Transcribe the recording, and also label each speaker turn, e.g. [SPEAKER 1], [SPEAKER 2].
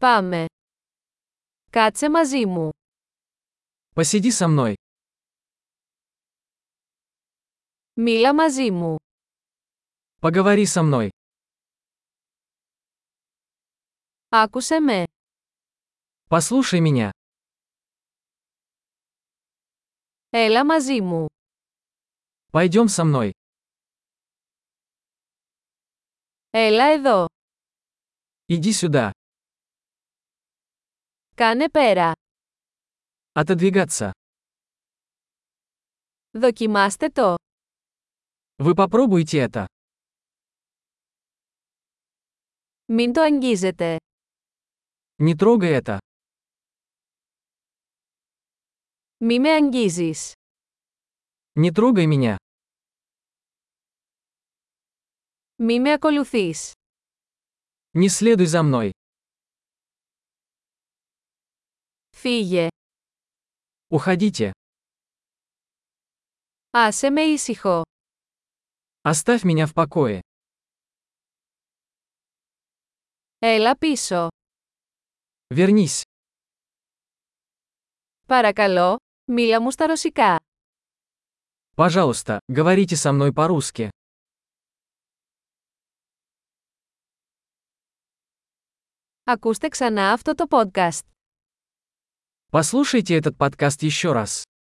[SPEAKER 1] Πάμε. Κάτσε μαζί μου.
[SPEAKER 2] Посиди со мной.
[SPEAKER 1] Μίλα μαζί μου.
[SPEAKER 2] Поговори со мной.
[SPEAKER 1] Άκουσε με.
[SPEAKER 2] Послушай меня.
[SPEAKER 1] Έλα μαζί μου.
[SPEAKER 2] Пойдем со мной.
[SPEAKER 1] Έλα εδώ.
[SPEAKER 2] Иди сюда.
[SPEAKER 1] Κάνε πέρα.
[SPEAKER 2] Отодвигаться.
[SPEAKER 1] Δοκιμάστε το.
[SPEAKER 2] Вы попробуйте это.
[SPEAKER 1] Μην το αγγίζετε.
[SPEAKER 2] Не трогай это.
[SPEAKER 1] Μη με αγγίζεις.
[SPEAKER 2] Не трогай меня.
[SPEAKER 1] Μη με ακολουθείς.
[SPEAKER 2] Не следуй за мной.
[SPEAKER 1] Φύγε.
[SPEAKER 2] Уходите.
[SPEAKER 1] Άσε με ήσυχο.
[SPEAKER 2] Оставь меня в покое.
[SPEAKER 1] Έλα πίσω.
[SPEAKER 2] Вернись.
[SPEAKER 1] Παρακαλώ, μίλα μου στα ρωσικά.
[SPEAKER 2] Пожалуйста, говорите со мной по-русски.
[SPEAKER 1] Ακούστε ξανά αυτό το podcast.
[SPEAKER 2] Послушайте этот подкаст еще раз.